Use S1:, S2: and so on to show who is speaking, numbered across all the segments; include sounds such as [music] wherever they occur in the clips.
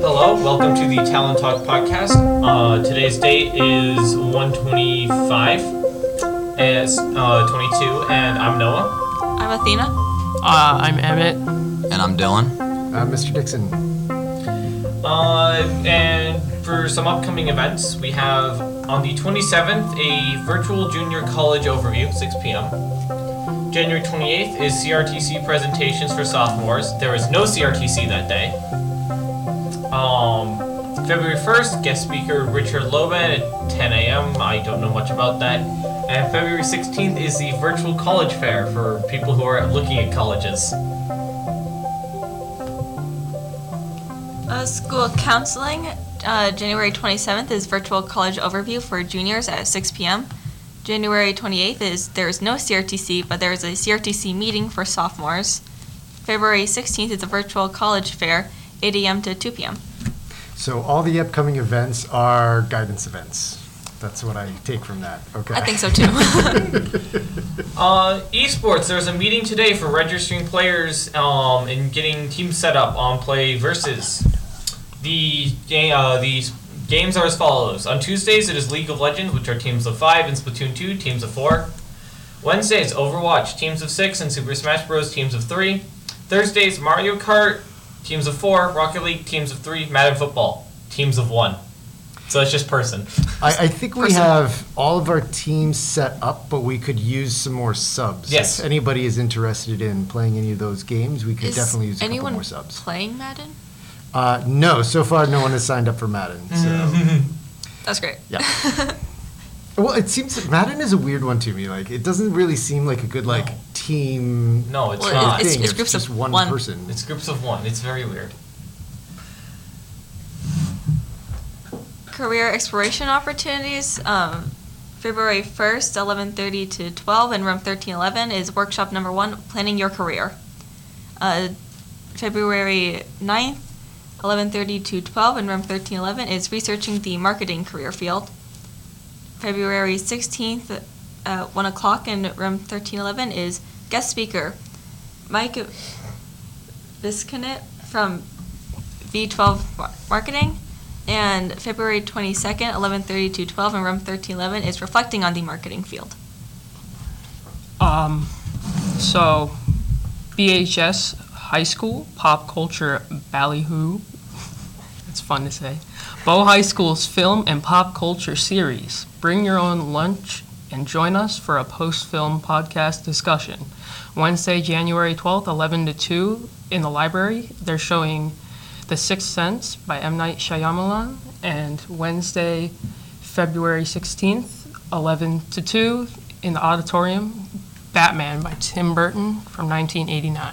S1: welcome to the Talent Talk podcast. Uh, today's date is 125. It's uh, 22, and I'm Noah.
S2: I'm Athena.
S3: Uh, I'm Emmett.
S4: And I'm Dylan.
S5: Uh, Mr. Dixon,
S1: Uh, and for some upcoming events, we have on the 27th a virtual junior college overview, 6 p.m. January 28th is CRTC presentations for sophomores. There is no CRTC that day. Um, February 1st, guest speaker Richard Loban at 10 a.m. I don't know much about that. And February 16th is the virtual college fair for people who are looking at colleges.
S2: Uh, school counseling, uh, January 27th is virtual college overview for juniors at 6 p.m. January 28th is there is no CRTC, but there is a CRTC meeting for sophomores. February 16th is a virtual college fair, 8 a.m. to 2 p.m.
S5: so all the upcoming events are guidance events. That's what I take from that, okay?
S2: I think so too.
S1: Uh, esports. There's a meeting today for registering players um, and getting teams set up on Play Versus. The ga- uh, the games are as follows. On Tuesdays, it is League of Legends, which are teams of five, and Splatoon 2, teams of four. Wednesdays, Overwatch, teams of six, and Super Smash Bros. teams of three. Thursdays, Mario Kart, teams of four, Rocket League, teams of three, Madden Football, teams of one. So it's just person.
S5: [laughs] I, [laughs] I think we
S2: Person-
S5: have all of our teams set up, but we could use some more subs.
S1: Yes.
S5: If anybody is interested in playing any of those games, we could
S2: Is
S5: definitely use a couple
S2: anyone
S5: more subs.
S2: Playing Madden?
S5: Uh, no, so far no one has signed up for Madden. So.
S1: [laughs]
S2: That's great. [laughs]
S5: well, it seems that Madden is a weird one to me. Like, it doesn't really seem like a good like team.
S1: No, it's
S2: Well, it-
S1: not.
S5: thing.
S2: it's-
S5: It's,
S2: it's groups of
S5: just one,
S2: one.
S5: person.
S1: [laughs] It's groups of one. It's very weird.
S2: Career exploration opportunities. Um, February 1st, 11:30 to 12 in room 1311 is workshop number 1, planning your career. Uh, February 9th, 11:30 to 12 in room 1311 is researching the marketing career field. February 16th at 1 o'clock in room 1311 is guest speaker Mike Visconnet from V12 Mar- Marketing. And February 22nd, 11:30 to 12 in room 1311 is reflecting on the marketing field.
S3: Um, so, BHS High School Pop Culture Ballyhoo. It's fun to say. Bow High School's film and pop culture series. Bring your own lunch and join us for a post-film podcast discussion. Wednesday, January 12th, 11 to 2 in the library. They're showing The Sixth Sense by M. Night Shyamalan. And Wednesday, February 16th, 11 to 2 in the auditorium. Batman by Tim Burton from 1989.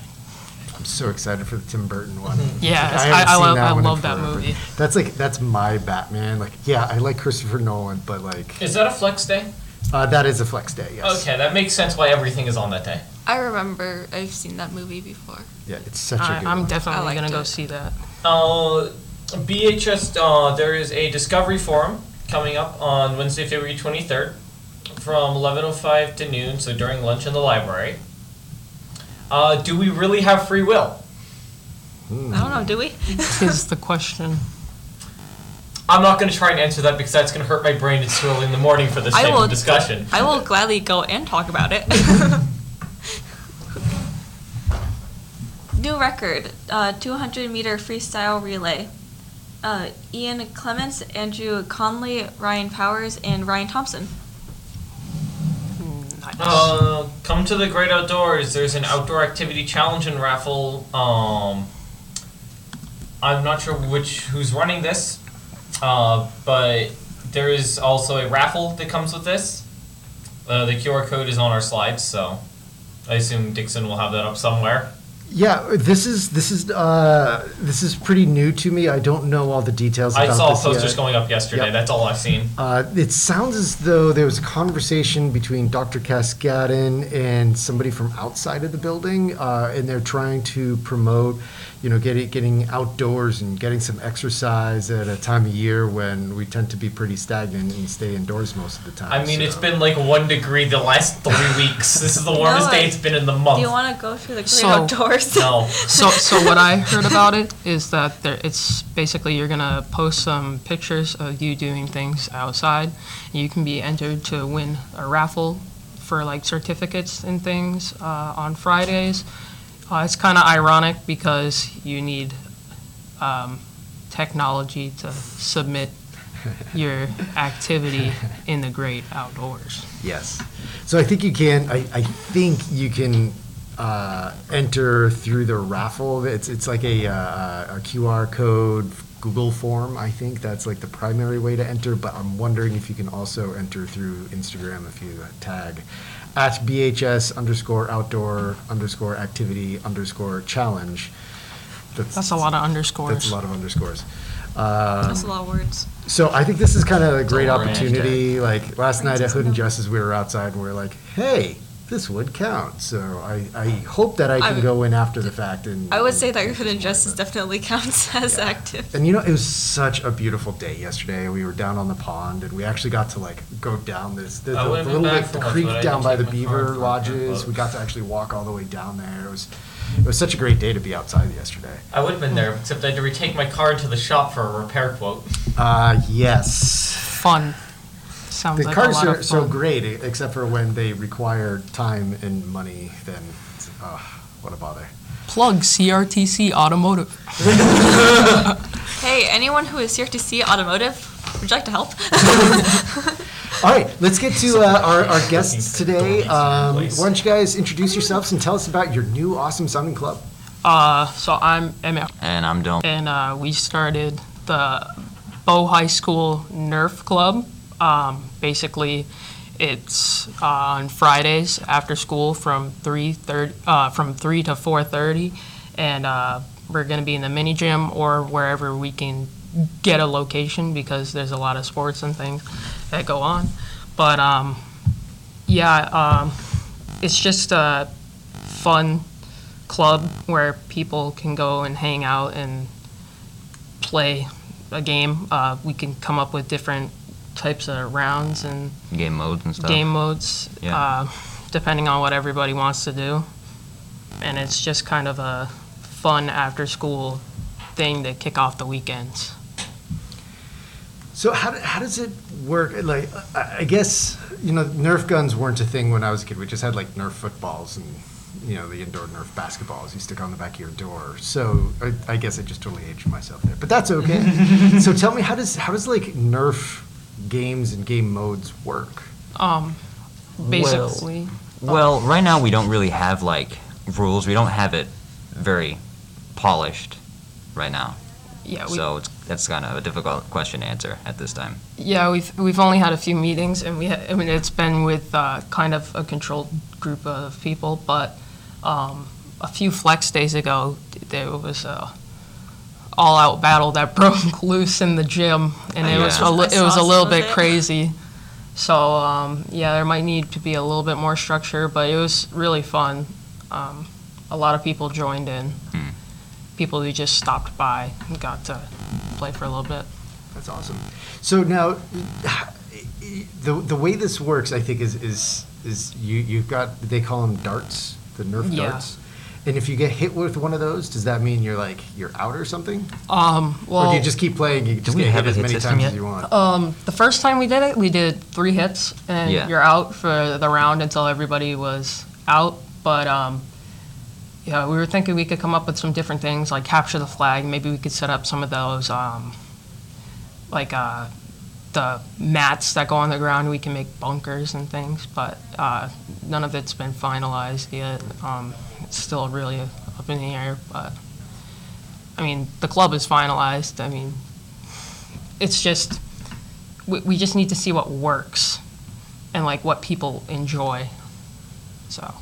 S5: I'm so excited for the Tim Burton one.
S1: Mm-hmm.
S3: Yeah,
S5: Like,
S3: it's-
S5: haven't
S3: I, I,
S5: seen
S3: love, I
S5: one in
S3: love that
S5: forever.
S3: movie.
S5: That's like that's my Batman. Like, yeah, I like Christopher Nolan, but like
S1: Is that a flex day?
S5: uh, that is a flex day. Yes.
S1: Okay, that makes sense why everything is on that day.
S2: I remember I've seen that movie before.
S5: Yeah, it's such a
S3: I,
S5: good
S3: I'm
S5: one.
S2: I
S3: definitely
S2: liked
S3: going to go
S2: it.
S3: see
S5: [laughs]
S3: that.
S1: Uh, BHS, uh, there is a discovery forum coming up on Wednesday, February 23rd from 11.05 to noon, so during lunch in the library. Uh, do we really have free will? Hmm.
S2: I don't know, do [laughs] we?
S3: Is the question.
S1: I'm not going to try and answer that because that's going to hurt my brain. It's too early in the morning for this
S2: I
S1: type
S2: will-
S1: of discussion.
S2: I will gladly go and talk
S1: [laughs]
S2: about it. New record, uh, 200 meter freestyle relay. Uh, Ian Clements, Andrew Conley, Ryan Powers, and Ryan Thompson.
S3: Nice.
S2: Oh,
S1: Uh, come to the great outdoors. There's an outdoor activity challenge and raffle. Um, I'm not sure which who's running this, uh, but there is also a raffle that comes with this. Uh, the QR code is on our slides, so I assume Dixon will have that up somewhere.
S5: Yeah, this is this is uh, this is pretty new to me. I don't know all the details.
S1: I
S5: about
S1: saw
S5: this
S1: posters
S5: yet.
S1: going up yesterday.
S5: Yep.
S1: That's all I've seen.
S5: Uh, it sounds as though there was a conversation between Dr. Cascadin and somebody from outside of the building, uh, and they're trying to promote, you know, getting getting outdoors and getting some exercise at a time of year when we tend to be pretty stagnant and stay indoors most of the time.
S1: I mean, it's
S5: so-
S1: been like one degree the last three weeks. This is the warmest
S2: No,
S1: day
S2: I-
S1: it's been in the
S2: Do
S1: month.
S2: you want to go through the great
S3: So-
S2: outdoors? first.
S1: [laughs]
S2: [laughs]
S1: No.
S3: So, so what I heard about it is that there, it's basically you're gonna post some pictures of you doing things outside. You can be entered to win a raffle for like certificates and things uh, on Fridays. Uh, it's kind of ironic because you need um, technology to
S5: [laughs]
S3: submit your activity in the great outdoors.
S5: Yes. So I think you can, I, I think you can uh, enter through the raffle. It's, it's like a, uh, a QR code Google form, I think. That's like the primary way to enter, but I'm wondering if you can also enter through Instagram if you tag at BHS underscore outdoor underscore activity underscore challenge.
S3: That's a lot of underscores.
S5: That's a lot of underscores. Um,
S2: That's a lot of words.
S5: so I think this is kind of a great
S1: Don't worry,
S5: opportunity. Like last night at
S2: Just
S5: Hood and
S2: know.
S5: Justice, we were outside and we were like, "Hey, this would count." So I, I hope that I can
S2: I-
S5: go in after the fact and.
S2: I would say that Hood and Justice definitely [laughs] counts as
S5: Yeah.
S2: active.
S5: And you know, it was such a beautiful day yesterday. We were down on the pond, and we actually got to like go down this the,
S1: I
S5: the
S1: would've been
S5: little
S1: back
S5: bit,
S1: for
S5: the
S1: lunch,
S5: creek
S1: but I
S5: down
S1: didn't
S5: by the
S1: take my car
S5: beaver
S1: for
S5: lodges. We
S1: lunch.
S5: got to actually walk all the way down there. It was, it was such a great day to be outside yesterday.
S1: I would have been there, except I had to retake my car to the shop for a repair quote.
S5: Uh, yes.
S3: fun. Sounds
S5: The
S3: like a
S5: cars
S3: lot
S5: are
S3: of
S5: so
S3: fun.
S5: great, e- except for when they require time and money, then, oh, what a bother.
S3: Plug CRTC Automotive.
S2: Hey, anyone who is here to see automotive, would you like to help?
S5: All right, let's get
S3: [laughs]
S5: to uh, our, our guests
S1: Looking for
S5: today.
S1: donates in
S5: Um, Why
S1: place.
S5: don't you guys introduce yourselves and tell us about your new awesome sounding club?
S3: Uh, so I'm Emmett,
S4: And I'm Dylan.
S3: and uh, we started the Bow High School Nerf Club. Um, basically, it's uh, on Fridays after school from three thirty uh, from three to four thirty, and uh, we're gonna be in the mini gym or wherever we can get a location because there's a lot of sports and things that go on. But um, yeah, um, it's just a fun club where people can go and hang out and play a game. Uh, we can come up with different types of rounds and
S4: Game modes and stuff.
S3: game modes,
S4: Yeah.
S3: uh, depending on what everybody wants to do. And it's just kind of a fun after school thing to kick off the weekends.
S5: So how, do- how does it work? Like, I I guess, you know, Nerf guns weren't a thing when I was a kid. We just had like Nerf footballs and, you know, the indoor Nerf basketballs you stick on the back of your door. So I, I guess I just totally aged myself there, but that's okay. so tell me, how does, how does like Nerf games and game modes work?
S3: Um, basically,
S4: Well, right now we don't really have like rules. We don't have it very polished right now.
S3: yeah, we,
S4: So it's, that's kind of a difficult question to answer at this time.
S3: Yeah, we've we've only had a few meetings, and we ha- I mean it's been with uh, kind of a controlled group of people, but um, a few flex days ago there was a all-out battle that [laughs] broke loose in the gym, and it was
S4: Yeah.
S3: a li-
S2: I
S3: it was
S2: saw
S3: a little
S2: some of
S3: bit
S2: it.
S3: crazy. So um, yeah, there might need to be a little bit more structure, but it was really fun. Um, a lot of people joined in.
S2: Hmm.
S3: People who just stopped by and got to play for a little bit.
S5: That's awesome. So now, the, the way this works, I think, is, is, is you, you've got, they call them darts, the Nerf
S3: Yeah.
S5: darts. And if you get hit with one of those, does that mean you're like, you're out or something?
S3: Um, well,
S5: or do you just keep playing? You just
S4: we
S5: get hit
S4: have a
S5: as
S4: hit
S5: many
S4: system
S5: times
S4: yet? Oh.
S5: as you want.
S3: Um, the first time we did it, we did three hits, and
S4: Yeah.
S3: you're out for the round until everybody was out. But um, yeah, we were thinking we could come up with some different things like capture the flag. Maybe we could set up some of those, um, like uh, the mats that go on the ground. We can make bunkers and things, but uh, none of it's been finalized yet. Um, it's still really up in the air, but. I mean, the club is finalized. I mean, it's just we, we just need to see what works and like what people enjoy. So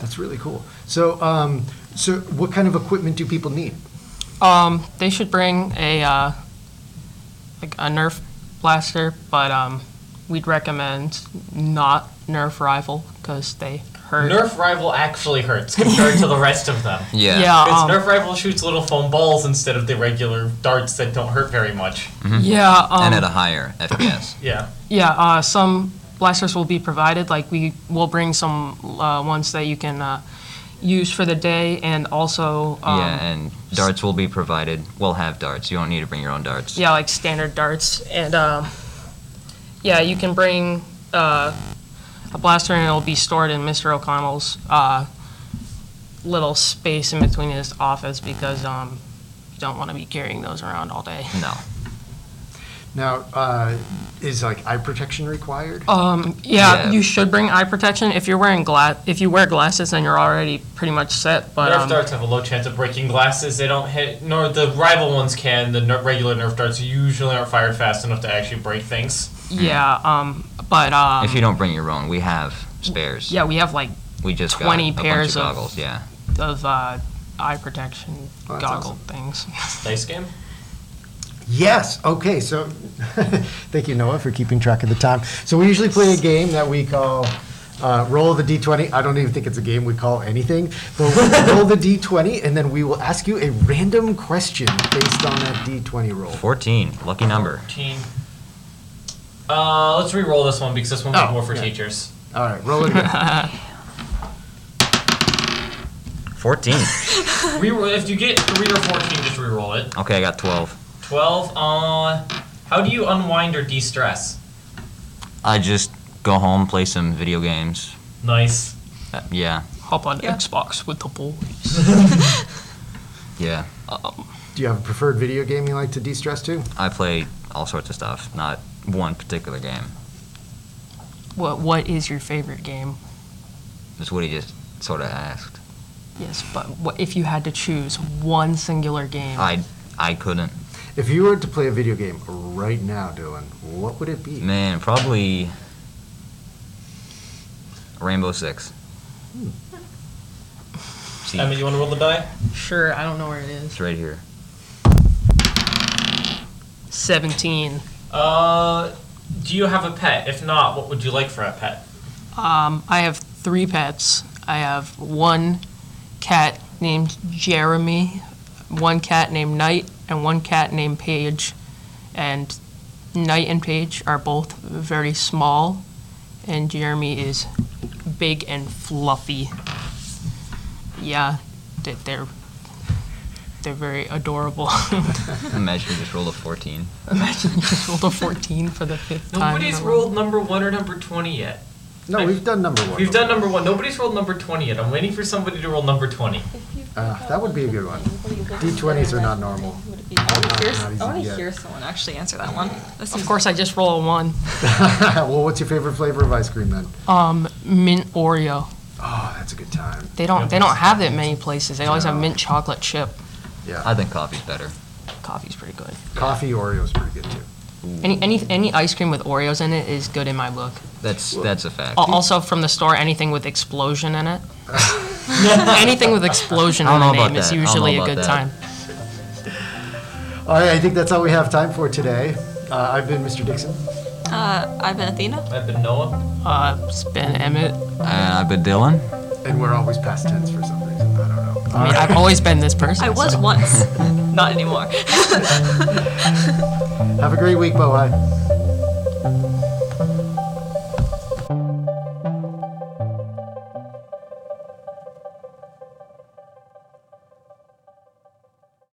S5: That's really cool. So, um, so what kind of equipment do people need?
S3: um, they should bring a uh, like a Nerf blaster, but um, we'd recommend not Nerf rifle because they hurt.
S1: Nerf rival actually hurts compared to the rest of them.
S4: Yeah.
S3: Yeah.
S1: Because
S3: um,
S1: Nerf rival shoots little foam balls instead of the regular darts that don't hurt very much.
S3: Yeah. Um,
S4: Mm-hmm. And at a higher FPS.
S1: Yeah.
S3: Yeah, uh, some blasters will be provided. Like we will bring some uh, ones that you can uh, used for the day and also [clears throat] um,
S4: yeah, and darts will be provided. We'll have darts. You don't need to bring your own darts.
S3: yeah, like standard darts, and um, yeah, you can bring uh, a blaster, and it'll be stored in Mr. O'Connell's uh, little space in between his office because um, you don't want to be carrying those around all day.
S4: No.
S5: Now, uh, is like eye protection required?
S3: Um, yeah,
S4: Yeah.
S3: you should bring eye protection if you're wearing glass. If you wear glasses, then you're already pretty much set. But
S1: Nerf
S3: um,
S1: darts have a low chance of breaking glasses. They don't hit, nor the rival ones can. The ner- regular Nerf darts usually aren't fired fast enough to actually break things.
S3: yeah, um, but um,
S4: if you don't bring your own, we have spares.
S3: yeah, we have like
S4: We just
S3: 20
S4: got a
S3: pairs
S4: bunch
S3: of-
S4: of goggles. Yeah.
S3: of uh, eye protection
S5: Oh, that's
S3: goggle
S5: awesome.
S3: things.
S1: Dice game.
S5: Yes. Okay. So, [laughs] thank you, Noah, for keeping track of the time. So we usually play a game that we call uh, roll the d20. I don't even think it's a game we call anything, but we [laughs] roll the d20, and then we will ask you a random question based on that d20 roll.
S4: 14. Lucky number.
S1: Team. Uh, let's re-roll this one because this one's
S5: Oh,
S1: more for
S5: yeah.
S1: teachers.
S5: All right, roll
S1: [laughs]
S5: it again.
S3: [laughs]
S4: 14.
S1: Reroll if you get three or fourteen, just re-roll it.
S4: okay, I got 12.
S1: Twelve. Uh, how do you unwind or de-stress?
S4: I just go home, play some video games.
S1: Nice.
S4: Uh, yeah.
S3: Hop on
S2: Yeah.
S3: Xbox with the boys.
S4: Yeah.
S3: Uh,
S5: Do you have a preferred video game you like to de-stress to?
S4: I play all sorts of stuff, not one particular game.
S3: What What is your favorite game?
S4: That's what he just sort of asked.
S3: Yes, but what, if you had to choose one singular game?
S4: I I couldn't.
S5: If you were to play a video game right now, Dylan, what would it be?
S4: Man, probably Rainbow Six. See,
S1: Emma, you want to roll the die?
S3: sure, I don't know where it is.
S4: it's right here.
S3: Seventeen.
S1: Uh, do you have a pet? If not, what would you like for a pet?
S3: Um, I have three pets. I have one cat named Jeremy, one cat named Knight, and one cat named Paige. And Knight and Paige are both very small, and Jeremy is big and fluffy. Yeah, they- they're they're very adorable. [laughs]
S4: Imagine you just rolled a 14.
S3: Imagine you just rolled a 14 for the fifth time. in
S1: Nobody's
S3: a row.
S1: rolled number one or number twenty yet.
S5: No, we've done number one.
S1: We've done number one. Nobody's rolled number 20 yet. I'm waiting for somebody to roll number 20.
S5: Uh, that would be a good one. D20s are not normal.
S2: I want
S5: Not-
S2: to hear,
S5: not easy
S2: I want
S5: yet.
S2: to hear someone actually answer that one. This
S3: Of
S2: is-
S3: course, I just roll a one.
S5: [laughs] well, what's your favorite flavor of ice cream then?
S3: Um, mint Oreo.
S5: Oh, that's a good time.
S3: They don't. They don't have that many places. They always have mint chocolate chip.
S5: Yeah.
S4: I think coffee's better.
S3: Coffee's pretty good.
S5: Coffee Oreo's pretty good too.
S3: Any any any ice cream with Oreos in it is good in my book.
S4: That's that's a fact.
S3: Al- Also from the store, anything with explosion in
S4: [laughs]
S3: it. anything with explosion
S4: I
S3: in
S4: don't
S3: the
S4: know about
S3: name is
S4: that. I don't know
S3: usually a
S4: about
S3: good
S4: that.
S3: time.
S5: All right, I think that's all we have time for today. Uh, I've been Mr. Dixon.
S2: Uh, I've been Athena.
S1: I've been Noah.
S3: Uh, it's Ben Emmett.
S4: Uh, but Dylan,
S5: And we're always past tense for some reason. I don't know. Uh,
S3: I mean, I've always been this person.
S2: I
S3: so-
S2: was once, [laughs] not anymore.
S5: Have a great week, Bohai.